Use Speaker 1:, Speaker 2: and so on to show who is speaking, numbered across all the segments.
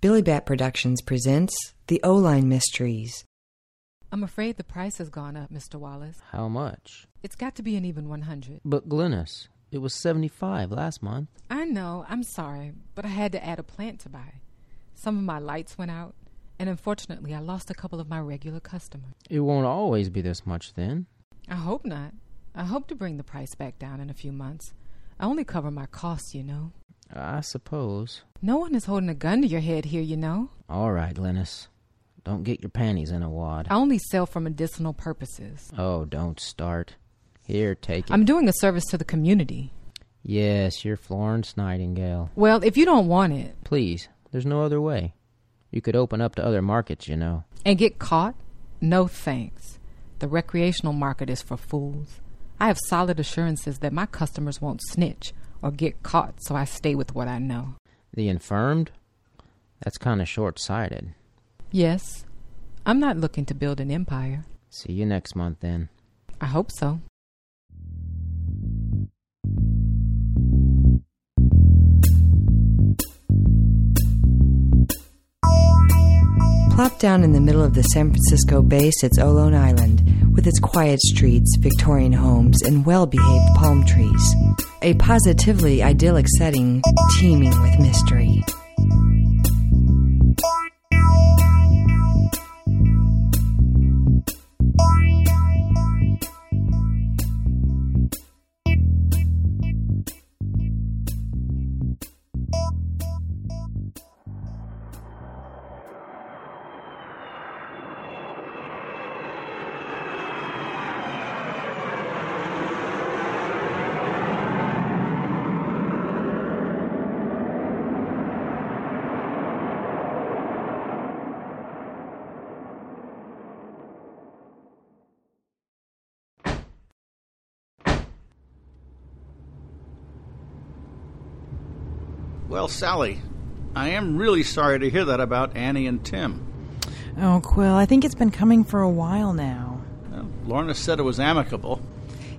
Speaker 1: Billy Bat Productions presents The O Line Mysteries.
Speaker 2: I'm afraid the price has gone up, Mr. Wallace.
Speaker 3: How much?
Speaker 2: It's got to be an even 100.
Speaker 3: But Glennis, it was 75 last month.
Speaker 2: I know, I'm sorry, but I had to add a plant to buy. Some of my lights went out, and unfortunately, I lost a couple of my regular customers.
Speaker 3: It won't always be this much then.
Speaker 2: I hope not. I hope to bring the price back down in a few months. I only cover my costs, you know.
Speaker 3: I suppose.
Speaker 2: No one is holding a gun to your head here, you know.
Speaker 3: All right, Glennis. Don't get your panties in a wad.
Speaker 2: I only sell for medicinal purposes.
Speaker 3: Oh, don't start. Here, take it.
Speaker 2: I'm doing a service to the community.
Speaker 3: yes, you're Florence Nightingale.
Speaker 2: Well, if you don't want it
Speaker 3: Please, there's no other way. You could open up to other markets, you know.
Speaker 2: and get caught, no thanks. The recreational market is for fools. I have solid assurances that my customers won't snitch or get caught, so I stay with what I know.
Speaker 3: The infirmed? That's kind of short sighted.
Speaker 2: Yes, I'm not looking to build an empire.
Speaker 3: See you next month then.
Speaker 2: I hope so.
Speaker 1: Plopped down in the middle of the San Francisco Bay sits Olone Island, with its quiet streets, Victorian homes, and well behaved palm trees. A positively idyllic setting teeming with mystery.
Speaker 4: Well, Sally, I am really sorry to hear that about Annie and Tim.
Speaker 5: Oh, Quill, I think it's been coming for a while now.
Speaker 4: Well, Lorna said it was amicable.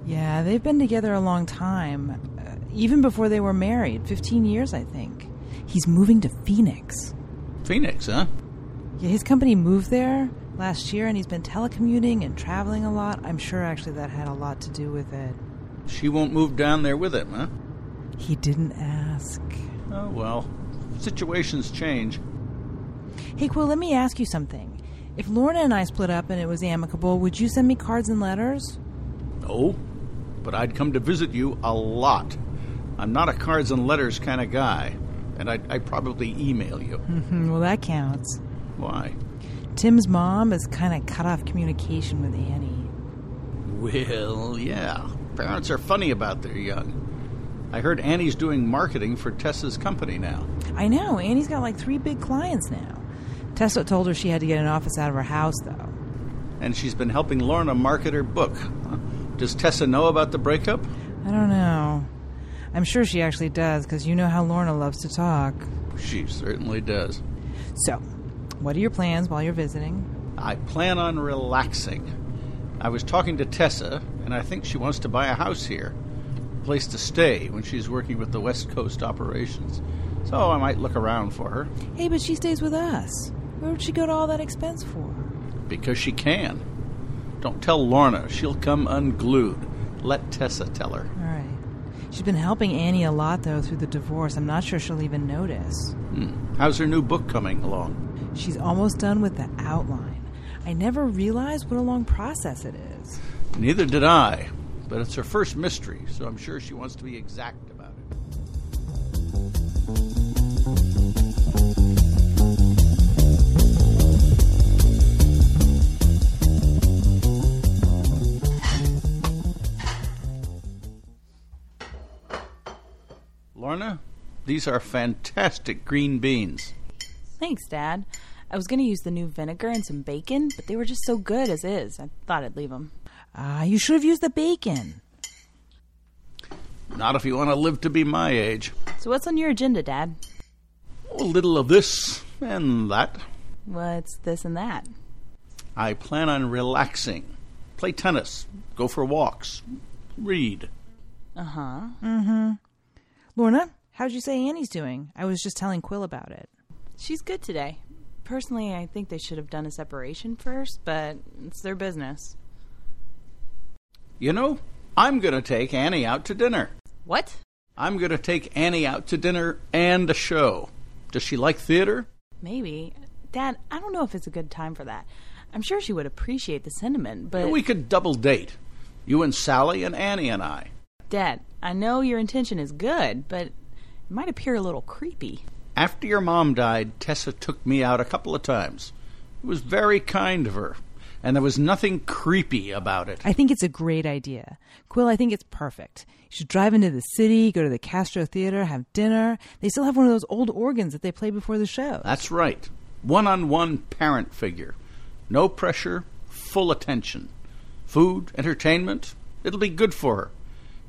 Speaker 5: Yeah, they've been together a long time. Uh, even before they were married 15 years, I think. He's moving to Phoenix.
Speaker 4: Phoenix, huh?
Speaker 5: Yeah, his company moved there last year, and he's been telecommuting and traveling a lot. I'm sure actually that had a lot to do with it.
Speaker 4: She won't move down there with him, huh?
Speaker 5: He didn't ask.
Speaker 4: Oh, well. Situations change.
Speaker 5: Hey, Quill, let me ask you something. If Lorna and I split up and it was amicable, would you send me cards and letters?
Speaker 4: No, Oh, but I'd come to visit you a lot. I'm not a cards and letters kind of guy, and I'd, I'd probably email you.
Speaker 5: Hmm, well, that counts.
Speaker 4: Why?
Speaker 5: Tim's mom has kind of cut off communication with Annie.
Speaker 4: Well, yeah. Parents are funny about their young. I heard Annie's doing marketing for Tessa's company now.
Speaker 5: I know. Annie's got like three big clients now. Tessa told her she had to get an office out of her house, though.
Speaker 4: and she's been helping Lorna market her book. Huh? Does Tessa know about the breakup?
Speaker 5: I don't know. I'm sure she actually does, because you know how Lorna loves to talk.
Speaker 4: She certainly does.
Speaker 5: So, what are your plans while you're visiting?
Speaker 4: I plan on relaxing. I was talking to Tessa, and I think she wants to buy a house here, a place to stay when she's working with the West Coast operations. So I might look around for her
Speaker 5: Hey, but she stays with us. Where would she go to all that expense for?
Speaker 4: because she can. Don't tell Lorna, she'll come unglued. Let Tessa tell her.
Speaker 5: All right. She's been helping Annie a lot, though, through the divorce. I'm not sure she'll even notice.
Speaker 4: How's her new book coming along?
Speaker 5: She's almost done with the outline. I never realized what a long process it is.
Speaker 4: Neither did I, but it's her first mystery, so I'm sure she wants to be exact about it. Lorna, these are fantastic green beans.
Speaker 5: Thanks, Dad. I was going to use the new vinegar and some bacon, but they were just so good as is. I thought I'd leave them. Ah, you should have used the bacon.
Speaker 4: Not if you want to live to be my age.
Speaker 5: So, what's on your agenda, Dad?
Speaker 4: A little of this and that.
Speaker 5: What's this and that?
Speaker 4: I plan on relaxing. Play tennis, go for walks, read.
Speaker 5: Mm-hmm. Lorna, how'd you say Annie's doing? I was just telling Quill about it.
Speaker 6: She's good today. Personally, I think they should have done a separation first, but it's their business.
Speaker 4: You know, I'm going to take Annie out to dinner.
Speaker 6: What?
Speaker 4: I'm going to take Annie out to dinner and a show. Does she like theater?
Speaker 6: Maybe. Dad, I don't know if it's a good time for that. I'm sure she would appreciate the sentiment, but.
Speaker 4: We could double date. You and Sally and Annie and I.
Speaker 6: Dad, I know your intention is good, but it might appear a little creepy.
Speaker 4: After your mom died, Tessa took me out a couple of times. It was very kind of her, and there was nothing creepy about it.
Speaker 5: I think it's a great idea. Quill, I think it's perfect. You should drive into the city, go to the Castro Theater, have dinner. They still have one of those old organs that they play before the show.
Speaker 4: That's right. One on one parent figure. No pressure, full attention. Food, entertainment. It'll be good for her.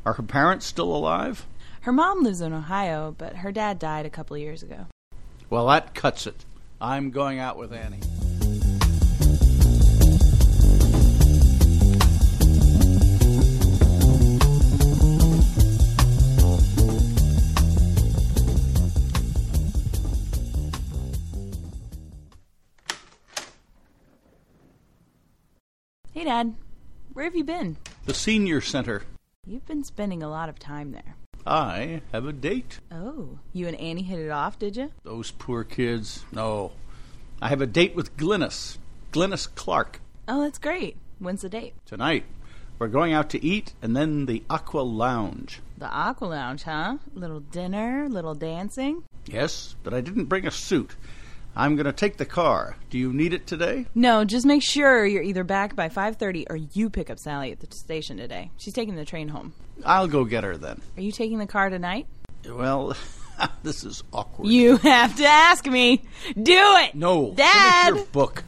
Speaker 4: Are her parents still alive?
Speaker 6: Her mom lives in Ohio, but her dad died a couple of years ago.
Speaker 4: Well, that cuts it. I'm going out with Annie.
Speaker 6: Hey, Dad, where have you been?
Speaker 4: The senior center.
Speaker 6: You've been spending a lot of time there.
Speaker 4: I have a date.
Speaker 6: Oh, you and Annie hit it off, did you?
Speaker 4: Those poor kids. No. I have a date with Glynis. Glynis Clark.
Speaker 6: Oh, that's great. When's the date?
Speaker 4: Tonight. We're going out to eat and then the Aqua Lounge.
Speaker 6: The Aqua Lounge, huh? Little dinner, little dancing.
Speaker 4: Yes, but I didn't bring a suit. I'm going to take the car. Do you need it today?
Speaker 6: No, just make sure you're either back by 5:30 or you pick up Sally at the station today. She's taking the train home.
Speaker 4: I'll go get her then.
Speaker 6: Are you taking the car tonight?
Speaker 4: Well, this is awkward.
Speaker 6: You have to ask me. Do it.
Speaker 4: No. finish
Speaker 6: Dad.
Speaker 4: your book.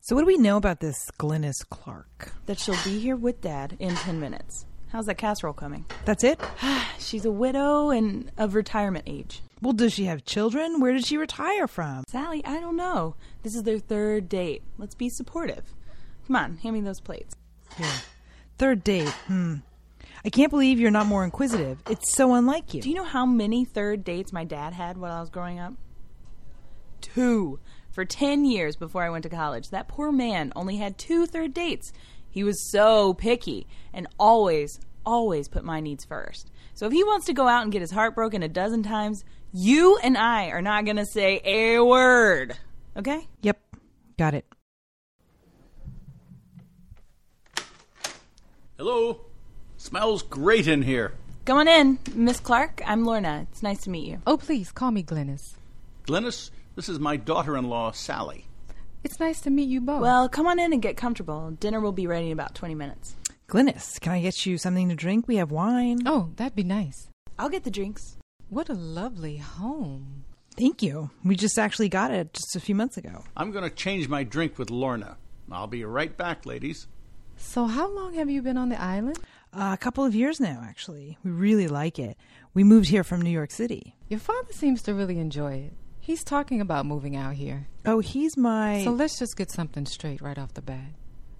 Speaker 5: So, what do we know about this Glynis Clark?
Speaker 6: That she'll be here with Dad in 10 minutes. How's that casserole coming?
Speaker 5: That's it?
Speaker 6: She's a widow and of retirement age.
Speaker 5: Well, does she have children? Where did she retire from?
Speaker 6: Sally, I don't know. This is their third date. Let's be supportive. Come on, hand me those plates.
Speaker 5: Third date. Hmm. I can't believe you're not more inquisitive. It's so unlike you.
Speaker 6: Do you know how many third dates my dad had while I was growing up? Two. For 10 years before I went to college, that poor man only had two third dates. He was so picky and always, always put my needs first. So if he wants to go out and get his heart broken a dozen times, you and I are not going to say a word. Okay?
Speaker 5: yep. Got it.
Speaker 4: Hello. Smells great in here.
Speaker 6: Go on in, Miss Clark. I'm Lorna. It's nice to meet you.
Speaker 2: Oh, please call me Glennis.
Speaker 4: Glennis, this is my daughter-in-law, Sally.
Speaker 2: It's nice to meet you both.
Speaker 6: Well, come on in and get comfortable. Dinner will be ready in about 20 minutes.
Speaker 5: Glynis, can I get you something to drink? We have wine.
Speaker 2: oh, that'd be nice.
Speaker 6: I'll get the drinks.
Speaker 2: What a lovely home.
Speaker 5: Thank you. We just actually got it just a few months ago.
Speaker 4: I'm going to change my drink with Lorna. I'll be right back, ladies.
Speaker 2: So, how long have you been on the island?
Speaker 5: Uh, a couple of years now, actually. We really like it. We moved here from New York City.
Speaker 2: Your father seems to really enjoy it. He's talking about moving out here.
Speaker 5: Oh, he's my.
Speaker 2: So let's just get something straight right off the bat.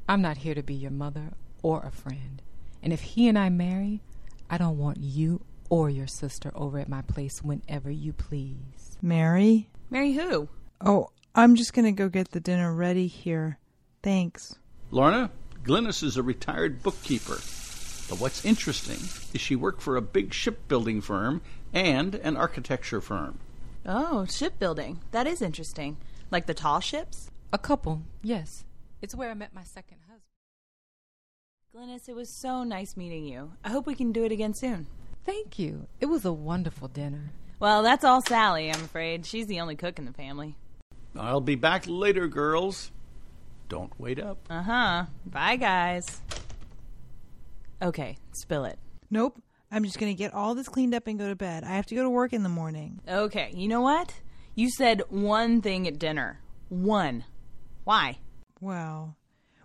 Speaker 2: I'm not here to be your mother or a friend. And if he and I marry, I don't want you or your sister over at my place whenever you please.
Speaker 5: Mary?
Speaker 6: Marry who?
Speaker 5: Oh, I'm just going to go get the dinner ready here. Thanks.
Speaker 4: Lorna, Glynis is a retired bookkeeper. But what's interesting is she worked for a big shipbuilding firm and an architecture firm.
Speaker 6: Oh, shipbuilding. That is interesting. Like the tall ships?
Speaker 2: A couple, yes. It's where I met my second husband.
Speaker 6: Glennis, it was so nice meeting you. I hope we can do it again soon.
Speaker 2: Thank you. It was a wonderful dinner.
Speaker 6: Well, that's all Sally, I'm afraid. She's the only cook in the family.
Speaker 4: I'll be back later, girls. Don't wait up.
Speaker 6: Uh huh. Bye, guys. Okay, spill it.
Speaker 5: Nope. I'm just going to get all this cleaned up and go to bed. I have to go to work in the morning.
Speaker 6: Okay, you know what? You said one thing at dinner. One. Why?
Speaker 5: Wow.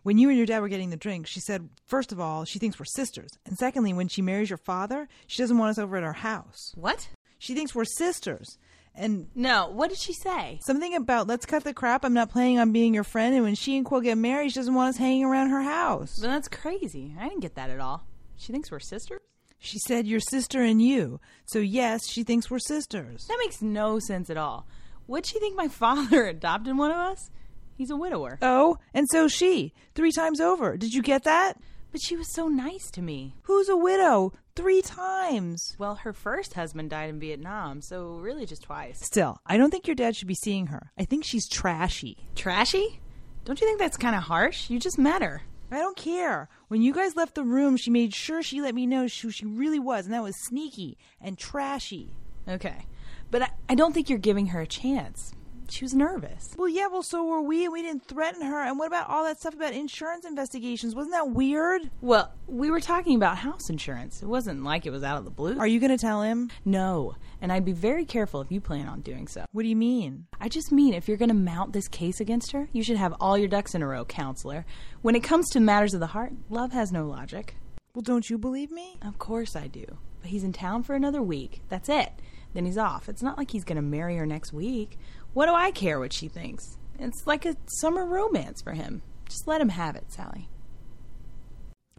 Speaker 5: When you and your dad were getting the drink, she said, first of all, she thinks we're sisters. And secondly, when she marries your father, she doesn't want us over at our house.
Speaker 6: What?
Speaker 5: She thinks we're sisters. And
Speaker 6: No, what did she say?
Speaker 5: something about, let's cut the crap, I'm not planning on being your friend. And when she and Quill get married, she doesn't want us hanging around her house.
Speaker 6: Then that's crazy. I didn't get that at all. She thinks we're sisters?
Speaker 5: She said, your sister and you. So, yes, she thinks we're sisters.
Speaker 6: That makes no sense at all. Would she think my father adopted one of us? He's a widower.
Speaker 5: Oh, and so she. Three times over. Did you get that?
Speaker 6: But she was so nice to me.
Speaker 5: Who's a widow? Three times.
Speaker 6: Well, her first husband died in Vietnam, so really just twice.
Speaker 5: Still, I don't think your dad should be seeing her. I think she's trashy.
Speaker 6: Trashy? Don't you think that's kind of harsh? You just met her.
Speaker 5: I don't care. When you guys left the room, she made sure she let me know who she really was, and that was sneaky and trashy.
Speaker 6: Okay. But I, I don't think you're giving her a chance. She was nervous.
Speaker 5: Well, yeah, well, so were we, and we didn't threaten her. And what about all that stuff about insurance investigations? Wasn't that weird?
Speaker 6: Well, we were talking about house insurance. It wasn't like it was out of the blue.
Speaker 5: Are you going to tell him?
Speaker 6: No. And I'd be very careful if you plan on doing so.
Speaker 5: What do you mean?
Speaker 6: I just mean if you're going to mount this case against her, you should have all your ducks in a row, counselor. When it comes to matters of the heart, love has no logic.
Speaker 5: Well, don't you believe me?
Speaker 6: Of course I do. But he's in town for another week. That's it. Then he's off. It's not like he's going to marry her next week. What do I care what she thinks? It's like a summer romance for him. Just let him have it, Sally.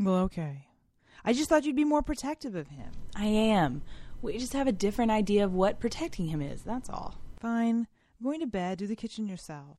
Speaker 5: Well, okay. I just thought you'd be more protective of him.
Speaker 6: I am. We just have a different idea of what protecting him is, that's all.
Speaker 5: Fine. I'm going to bed. Do the kitchen yourself.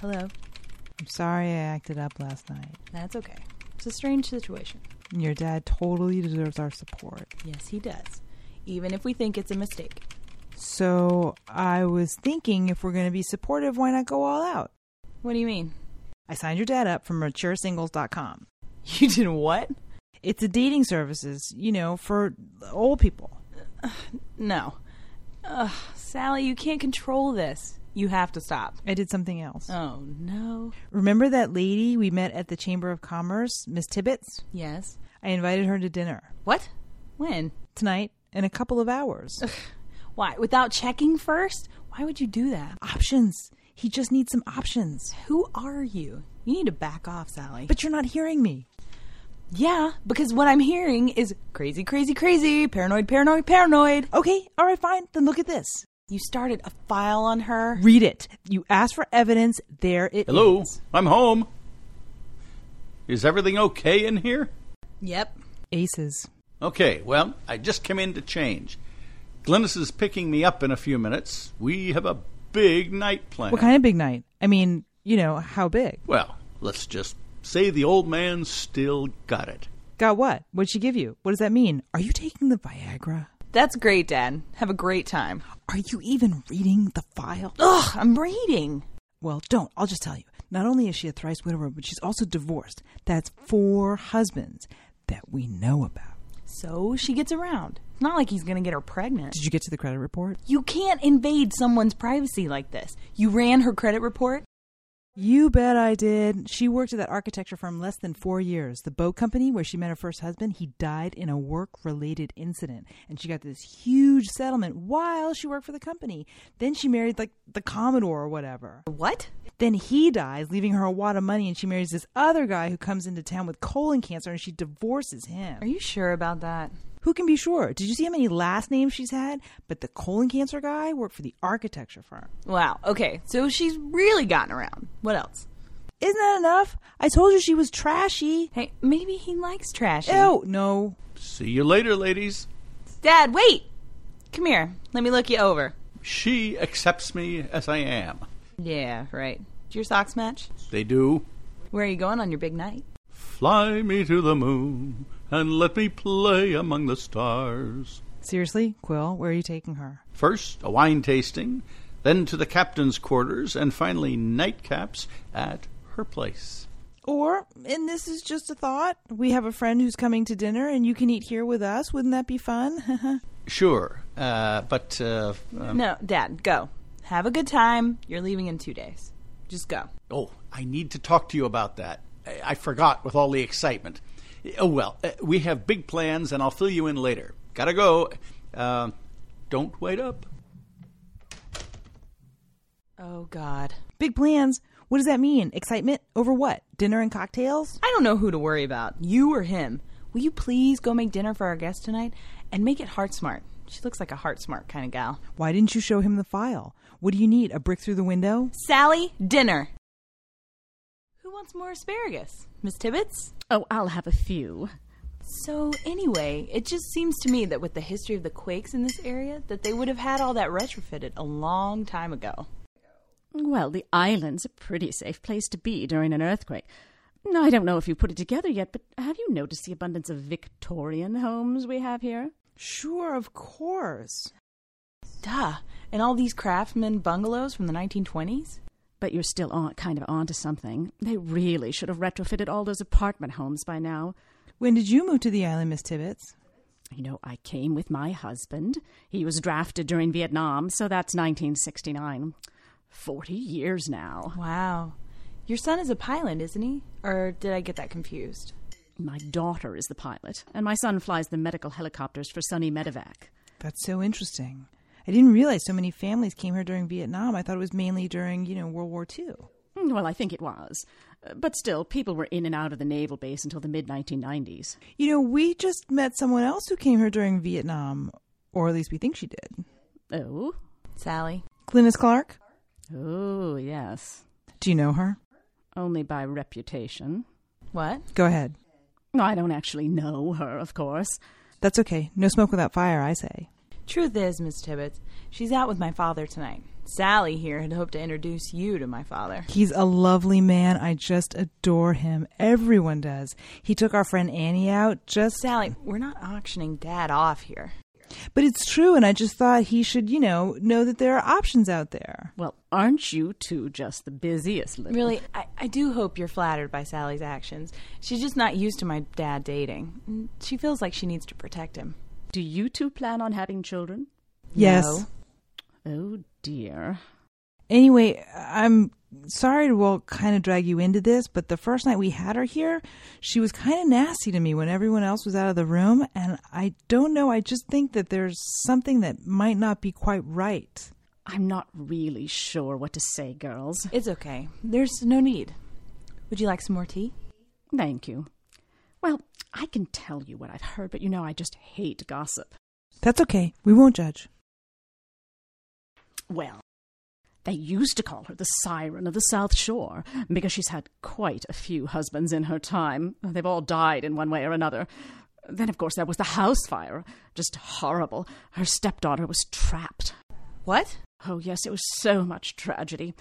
Speaker 6: Hello.
Speaker 5: I'm sorry I acted up last night.
Speaker 6: That's okay. It's a strange situation.
Speaker 5: Your dad totally deserves our support.
Speaker 6: Yes, he does. Even if we think it's a mistake.
Speaker 5: So I was thinking if we're going to be supportive, why not go all out?
Speaker 6: What do you mean?
Speaker 5: I signed your dad up for maturesingles.com.
Speaker 6: You did what?
Speaker 5: It's a dating services, you know, for old people.
Speaker 6: No. Ugh, Sally, you can't control this. You have to stop.
Speaker 5: I did something else.
Speaker 6: Oh, no.
Speaker 5: Remember that lady we met at the Chamber of Commerce, Miss Tibbetts?
Speaker 6: Yes.
Speaker 5: I invited her to dinner.
Speaker 6: What? When?
Speaker 5: Tonight, in a couple of hours.
Speaker 6: Why? Without checking first? Why would you do that?
Speaker 5: options. He just needs some options.
Speaker 6: Who are you? You need to back off, Sally.
Speaker 5: But you're not hearing me.
Speaker 6: Yeah, because what I'm hearing is crazy, crazy, crazy, paranoid, paranoid, paranoid.
Speaker 5: Okay, all right, fine. Then look at this.
Speaker 6: You started a file on her.
Speaker 5: Read it. You asked for evidence. There it
Speaker 4: Hello,
Speaker 5: is.
Speaker 4: I'm home. Is everything okay in here?
Speaker 6: Yep.
Speaker 5: Aces.
Speaker 4: Okay, well, I just came in to change. Glennis is picking me up in a few minutes. We have a big night planned.
Speaker 5: What kind of big night? I mean, you know, how big?
Speaker 4: Well, let's just say the old man still got it.
Speaker 5: Got what? What'd she give you? What does that mean? Are you taking the Viagra?
Speaker 6: That's great, Dad. Have a great time.
Speaker 5: Are you even reading the file?
Speaker 6: Ugh, I'm reading.
Speaker 5: Well, don't. I'll just tell you. Not only is she a thrice widower, but she's also divorced. That's four husbands that we know about.
Speaker 6: So she gets around. It's not like he's going to get her pregnant.
Speaker 5: Did you get to the credit report?
Speaker 6: You can't invade someone's privacy like this. You ran her credit report?
Speaker 5: You bet I did. She worked at that architecture firm less than four years. The boat company where she met her first husband, he died in a work related incident. And she got this huge settlement while she worked for the company. Then she married, like, the Commodore or whatever.
Speaker 6: What?
Speaker 5: Then he dies, leaving her a wad of money, and she marries this other guy who comes into town with colon cancer and she divorces him.
Speaker 6: Are you sure about that?
Speaker 5: Who can be sure? Did you see how many last names she's had? But the colon cancer guy worked for the architecture firm.
Speaker 6: Wow. Okay. So she's really gotten around. What else?
Speaker 5: Isn't that enough? I told you she was trashy.
Speaker 6: Hey, maybe he likes trashy.
Speaker 5: Ew, no.
Speaker 4: See you later, ladies.
Speaker 6: Dad, wait. Come here. Let me look you over.
Speaker 4: She accepts me as I am.
Speaker 6: Yeah, right. Do your socks match?
Speaker 4: They do.
Speaker 6: Where are you going on your big night?
Speaker 4: Fly me to the moon and let me play among the stars.
Speaker 5: Seriously, Quill, where are you taking her?
Speaker 4: First, a wine tasting, then to the captain's quarters, and finally, nightcaps at her place.
Speaker 5: Or, and this is just a thought, we have a friend who's coming to dinner and you can eat here with us. Wouldn't that be fun?
Speaker 4: Sure, uh, but. Uh, um,
Speaker 6: No, Dad, go. Have a good time. You're leaving in two days. Just go.
Speaker 4: Oh, I need to talk to you about that. I, I forgot with all the excitement. Oh, well, uh, we have big plans, and I'll fill you in later. Gotta go. Uh, don't wait up.
Speaker 6: Oh, God.
Speaker 5: Big plans. What does that mean? Excitement? Over what? Dinner and cocktails?
Speaker 6: I don't know who to worry about, you or him. Will you please go make dinner for our guest tonight and make it heart smart? She looks like a heart smart kind of gal.
Speaker 5: Why didn't you show him the file? What do you need? A brick through the window?
Speaker 6: Sally, dinner. Who wants more asparagus? Miss Tibbetts?
Speaker 7: Oh, I'll have a few.
Speaker 6: So anyway, it just seems to me that with the history of the quakes in this area, that they would have had all that retrofitted a long time ago.
Speaker 7: Well, the island's a pretty safe place to be during an earthquake. Now, I don't know if you put it together yet, but have you noticed the abundance of Victorian homes we have here?
Speaker 5: Sure, of course.
Speaker 6: Duh. And all these craftsman bungalows from the 1920s?
Speaker 7: But you're still on, kind of onto something. They really should have retrofitted all those apartment homes by now.
Speaker 5: When did you move to the island, Miss Tibbetts?
Speaker 7: You know, I came with my husband. He was drafted during Vietnam, so that's 1969. 40 years now.
Speaker 6: Wow. Your son is a pilot, isn't he? Or did I get that confused?
Speaker 7: My daughter is the pilot, and my son flies the medical helicopters for Sunny Medevac.
Speaker 5: That's so interesting. I didn't realize so many families came here during Vietnam. I thought it was mainly during, you know, World War II.
Speaker 7: Mm, Well, I think it was. Uh, But still, people were in and out of the naval base until the mid 1990s.
Speaker 5: You know, we just met someone else who came here during Vietnam, or at least we think she did.
Speaker 7: Oh?
Speaker 6: Sally.
Speaker 5: Glynis Clark?
Speaker 7: Oh, yes.
Speaker 5: Do you know her?
Speaker 7: Only by reputation.
Speaker 6: What?
Speaker 5: Go ahead.
Speaker 7: I don't actually know her, of course.
Speaker 5: That's okay. No smoke without fire, I say.
Speaker 6: Truth is, Miss Tibbetts, she's out with my father tonight. Sally here had hoped to introduce you to my father.
Speaker 5: He's a lovely man. I just adore him. Everyone does. He took our friend Annie out just.
Speaker 6: Sally, we're not auctioning Dad off here.
Speaker 5: But it's true, and I just thought he should, you know, know that there are options out there.
Speaker 7: Well, aren't you two just the busiest little?
Speaker 6: Really, I, I do hope you're flattered by Sally's actions. She's just not used to my dad dating. and She feels like she needs to protect him.
Speaker 7: Do you two plan on having children?
Speaker 5: Yes.
Speaker 7: Oh dear.
Speaker 5: Anyway, I'm sorry to well kind of drag you into this, but the first night we had her here, she was kind of nasty to me when everyone else was out of the room, and I don't know, I just think that there's something that might not be quite right.
Speaker 7: I'm not really sure what to say, girls.
Speaker 6: It's okay. There's no need. Would you like some more tea?
Speaker 7: Thank you. Well, I can tell you what I've heard, but you know I just hate gossip.
Speaker 5: That's okay. We won't judge.
Speaker 7: Well, they used to call her the siren of the South Shore because she's had quite a few husbands in her time. They've all died in one way or another. Then, of course, there was the house fire. Just horrible. Her stepdaughter was trapped.
Speaker 6: What?
Speaker 7: Oh, yes, it was so much tragedy.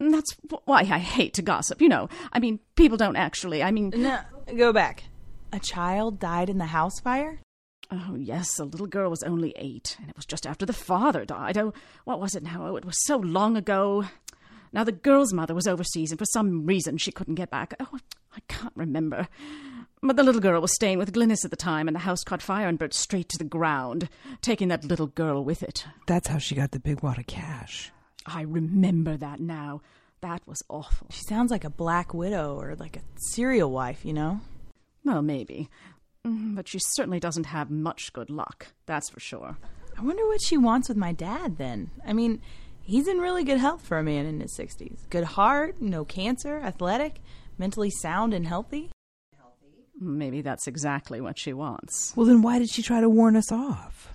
Speaker 7: And That's wh- why I hate to gossip, you know. I mean, people don't actually. I mean,
Speaker 6: No, go back. A child died in the house fire?
Speaker 7: Oh, yes, a little girl was only eight, and it was just after the father died. Oh, what was it now? Oh, it was so long ago. Now, the girl's mother was overseas, and for some reason she couldn't get back. Oh, I can't remember. But the little girl was staying with Glynis at the time, and the house caught fire and burnt straight to the ground, taking that little girl with it.
Speaker 5: That's how she got the big wad of cash.
Speaker 7: I remember that now. That was awful.
Speaker 6: She sounds like a black widow or like a serial wife, you know?
Speaker 7: Well, maybe. Mm, But she certainly doesn't have much good luck, that's for sure.
Speaker 6: I wonder what she wants with my dad then. I mean, he's in really good health for a man in his 60s. Good heart, no cancer, athletic, mentally sound and healthy.
Speaker 7: Maybe that's exactly what she wants.
Speaker 5: Well, then why did she try to warn us off?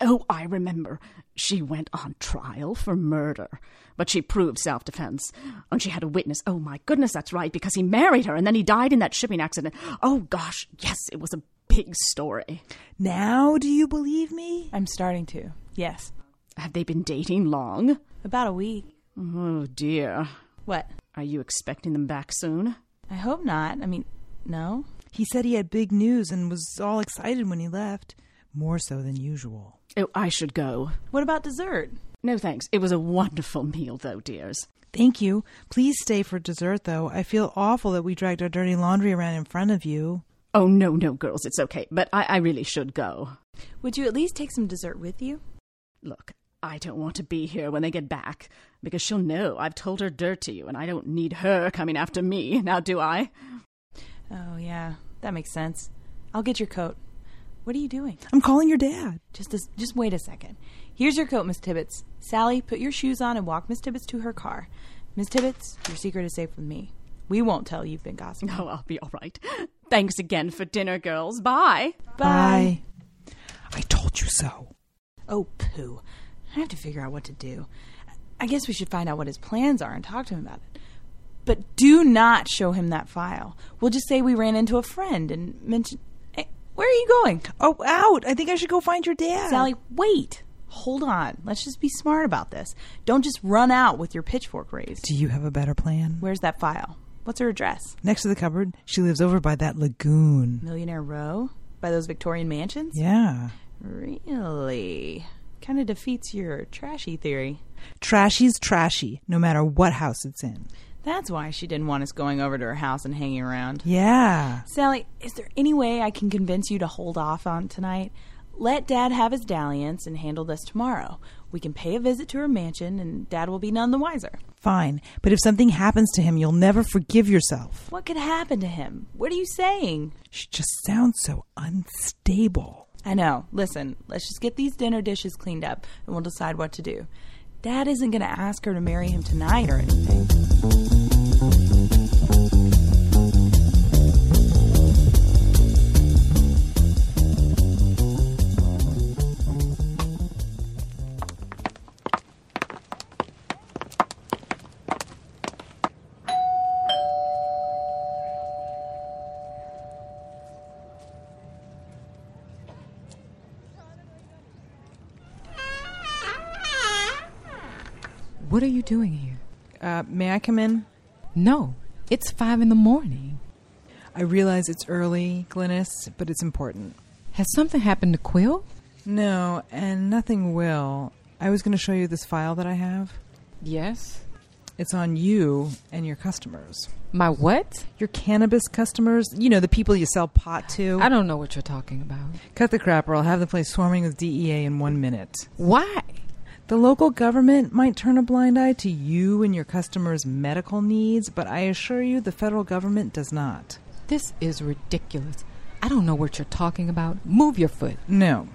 Speaker 7: Oh, I remember. She went on trial for murder, but she proved self defense. And she had a witness. Oh, my goodness, that's right, because he married her and then he died in that shipping accident. Oh, gosh, yes, it was a big story.
Speaker 5: Now do you believe me?
Speaker 6: I'm starting to. Yes.
Speaker 7: Have they been dating long?
Speaker 6: About a week.
Speaker 7: Oh, dear.
Speaker 6: What?
Speaker 7: Are you expecting them back soon?
Speaker 6: I hope not. I mean, no.
Speaker 5: He said he had big news and was all excited when he left, more so than usual.
Speaker 7: Oh, I should go.
Speaker 6: What about dessert?
Speaker 7: No, thanks. It was a wonderful meal, though, dears.
Speaker 5: Thank you. Please stay for dessert, though. I feel awful that we dragged our dirty laundry around in front of you.
Speaker 7: Oh, no, no, girls, it's okay, but I, I really should go.
Speaker 6: Would you at least take some dessert with you?
Speaker 7: Look, I don't want to be here when they get back, because she'll know I've told her dirt to you, and I don't need her coming after me, now do I?
Speaker 6: Oh, yeah. That makes sense. I'll get your coat. What are you doing?
Speaker 5: I'm calling your dad.
Speaker 6: Just this, just wait a second. Here's your coat, Miss Tibbetts. Sally, put your shoes on and walk Miss Tibbetts to her car. Miss Tibbetts, your secret is safe with me. We won't tell you've been gossiping.
Speaker 7: No, Oh, I'll be all right. Thanks again for dinner, girls. Bye.
Speaker 5: Bye. I told you so.
Speaker 6: Oh, pooh. I have to figure out what to do. I guess we should find out what his plans are and talk to him about it. But do not show him that file. We'll just say we ran into a friend and mention. Hey, where are you going?
Speaker 5: Oh, out. I think I should go find your dad.
Speaker 6: Sally, wait. Hold on. Let's just be smart about this. Don't just run out with your pitchfork raised.
Speaker 5: Do you have a better plan?
Speaker 6: Where's that file? What's her address?
Speaker 5: Next to the cupboard, she lives over by that lagoon.
Speaker 6: Millionaire Row? By those Victorian mansions?
Speaker 5: Yeah.
Speaker 6: Really? Kind of defeats your trashy theory.
Speaker 5: Trashy's trashy, no matter what house it's in.
Speaker 6: That's why she didn't want us going over to her house and hanging around.
Speaker 5: Yeah.
Speaker 6: Sally, is there any way I can convince you to hold off on tonight? Let Dad have his dalliance and handle this tomorrow. We can pay a visit to her mansion, and Dad will be none the wiser.
Speaker 5: Fine, but if something happens to him, you'll never forgive yourself.
Speaker 6: What could happen to him? What are you saying?
Speaker 5: She just sounds so unstable.
Speaker 6: I know. Listen, let's just get these dinner dishes cleaned up, and we'll decide what to do. Dad isn't going to ask her to marry him tonight or anything.
Speaker 2: What are you doing here?
Speaker 5: Uh, may I come in?
Speaker 2: No, it's five in the morning.
Speaker 5: I realize it's early, Glynis, but it's important.
Speaker 2: Has something happened to Quill?
Speaker 5: No, and nothing will. I was going to show you this file that I have.
Speaker 2: Yes.
Speaker 5: It's on you and your customers.
Speaker 2: My what?
Speaker 5: Your cannabis customers. You know, the people you sell pot to.
Speaker 2: I don't know what you're talking about.
Speaker 5: Cut the crap, or I'll have the place swarming with DEA in one minute.
Speaker 2: Why?
Speaker 5: The local government might turn a blind eye to you and your customers' medical needs, but I assure you the federal government does not.
Speaker 2: This is ridiculous. I don't know what you're talking about. Move your foot.
Speaker 5: No.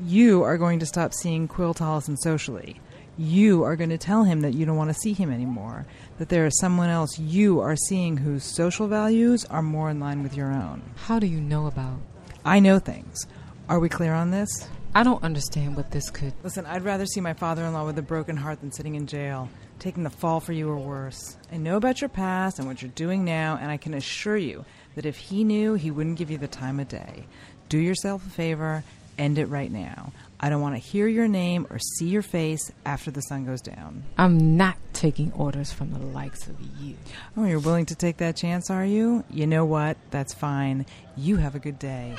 Speaker 5: You are going to stop seeing Quill Tollison socially. You are going to tell him that you don't want to see him anymore, that there is someone else you are seeing whose social values are more in line with your own.
Speaker 2: How do you know about?
Speaker 5: I know things. Are we clear on this?
Speaker 2: I don't understand what this could.
Speaker 5: Listen, I'd rather see my father in law with a broken heart than sitting in jail, taking the fall for you or worse. I know about your past and what you're doing now, and I can assure you that if he knew, he wouldn't give you the time of day. Do yourself a favor, end it right now. I don't want to hear your name or see your face after the sun goes down.
Speaker 2: I'm not taking orders from the likes of you.
Speaker 5: Oh, you're willing to take that chance, are you? You know what? That's fine. You have a good day.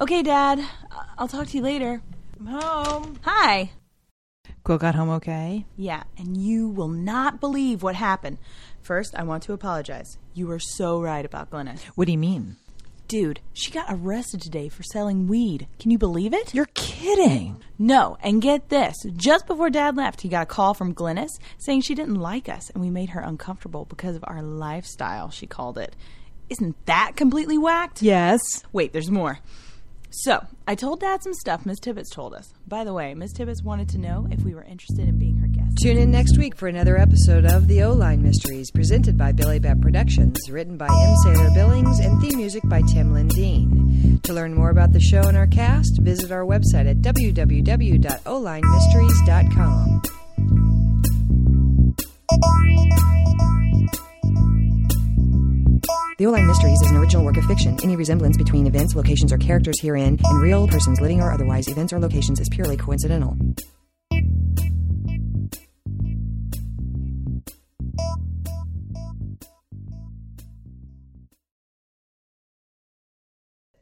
Speaker 6: Okay, Dad. I- I'll talk to you later.
Speaker 5: I'm home.
Speaker 6: Hi.
Speaker 5: Quill got home okay?
Speaker 6: Yeah, and you will not believe what happened. First, I want to apologize. You were so right about Glennis.
Speaker 5: What do you mean?
Speaker 6: Dude, she got arrested today for selling weed. Can you believe it?
Speaker 5: You're kidding.
Speaker 6: No, and get this. Just before Dad left, he got a call from Glennis saying she didn't like us and we made her uncomfortable because of our lifestyle, she called it. Isn't that completely whacked?
Speaker 5: Yes.
Speaker 6: Wait, there's more. So, I told Dad some stuff Miss Tibbetts told us. By the way, Miss Tibbetts wanted to know if we were interested in being her guest.
Speaker 1: Tune in next week for another episode of The O Line Mysteries, presented by Billy Bat Productions, written by M. Sailor Billings, and theme music by Tim Lindeen. To learn more about the show and our cast, visit our website at www.olinemysteries.com. The O-Line Mysteries is an original work of fiction. Any resemblance between events, locations, or characters herein and real persons living or otherwise events or locations is purely coincidental.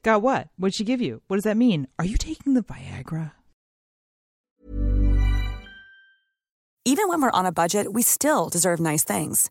Speaker 5: Got what? What'd she give you? What does that mean? Are you taking the Viagra?
Speaker 8: Even when we're on a budget, we still deserve nice things.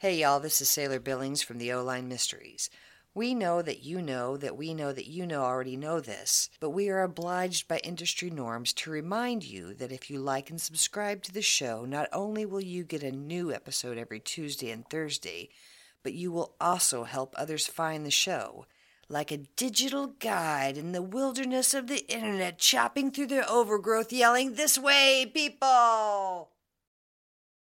Speaker 1: Hey, y'all, this is Sailor Billings from the O Line Mysteries. We know that you know that we know that you know already know this, but we are obliged by industry norms to remind you that if you like and subscribe to the show, not only will you get a new episode every Tuesday and Thursday, but you will also help others find the show. Like a digital guide in the wilderness of the internet, chopping through the overgrowth, yelling, This way, people!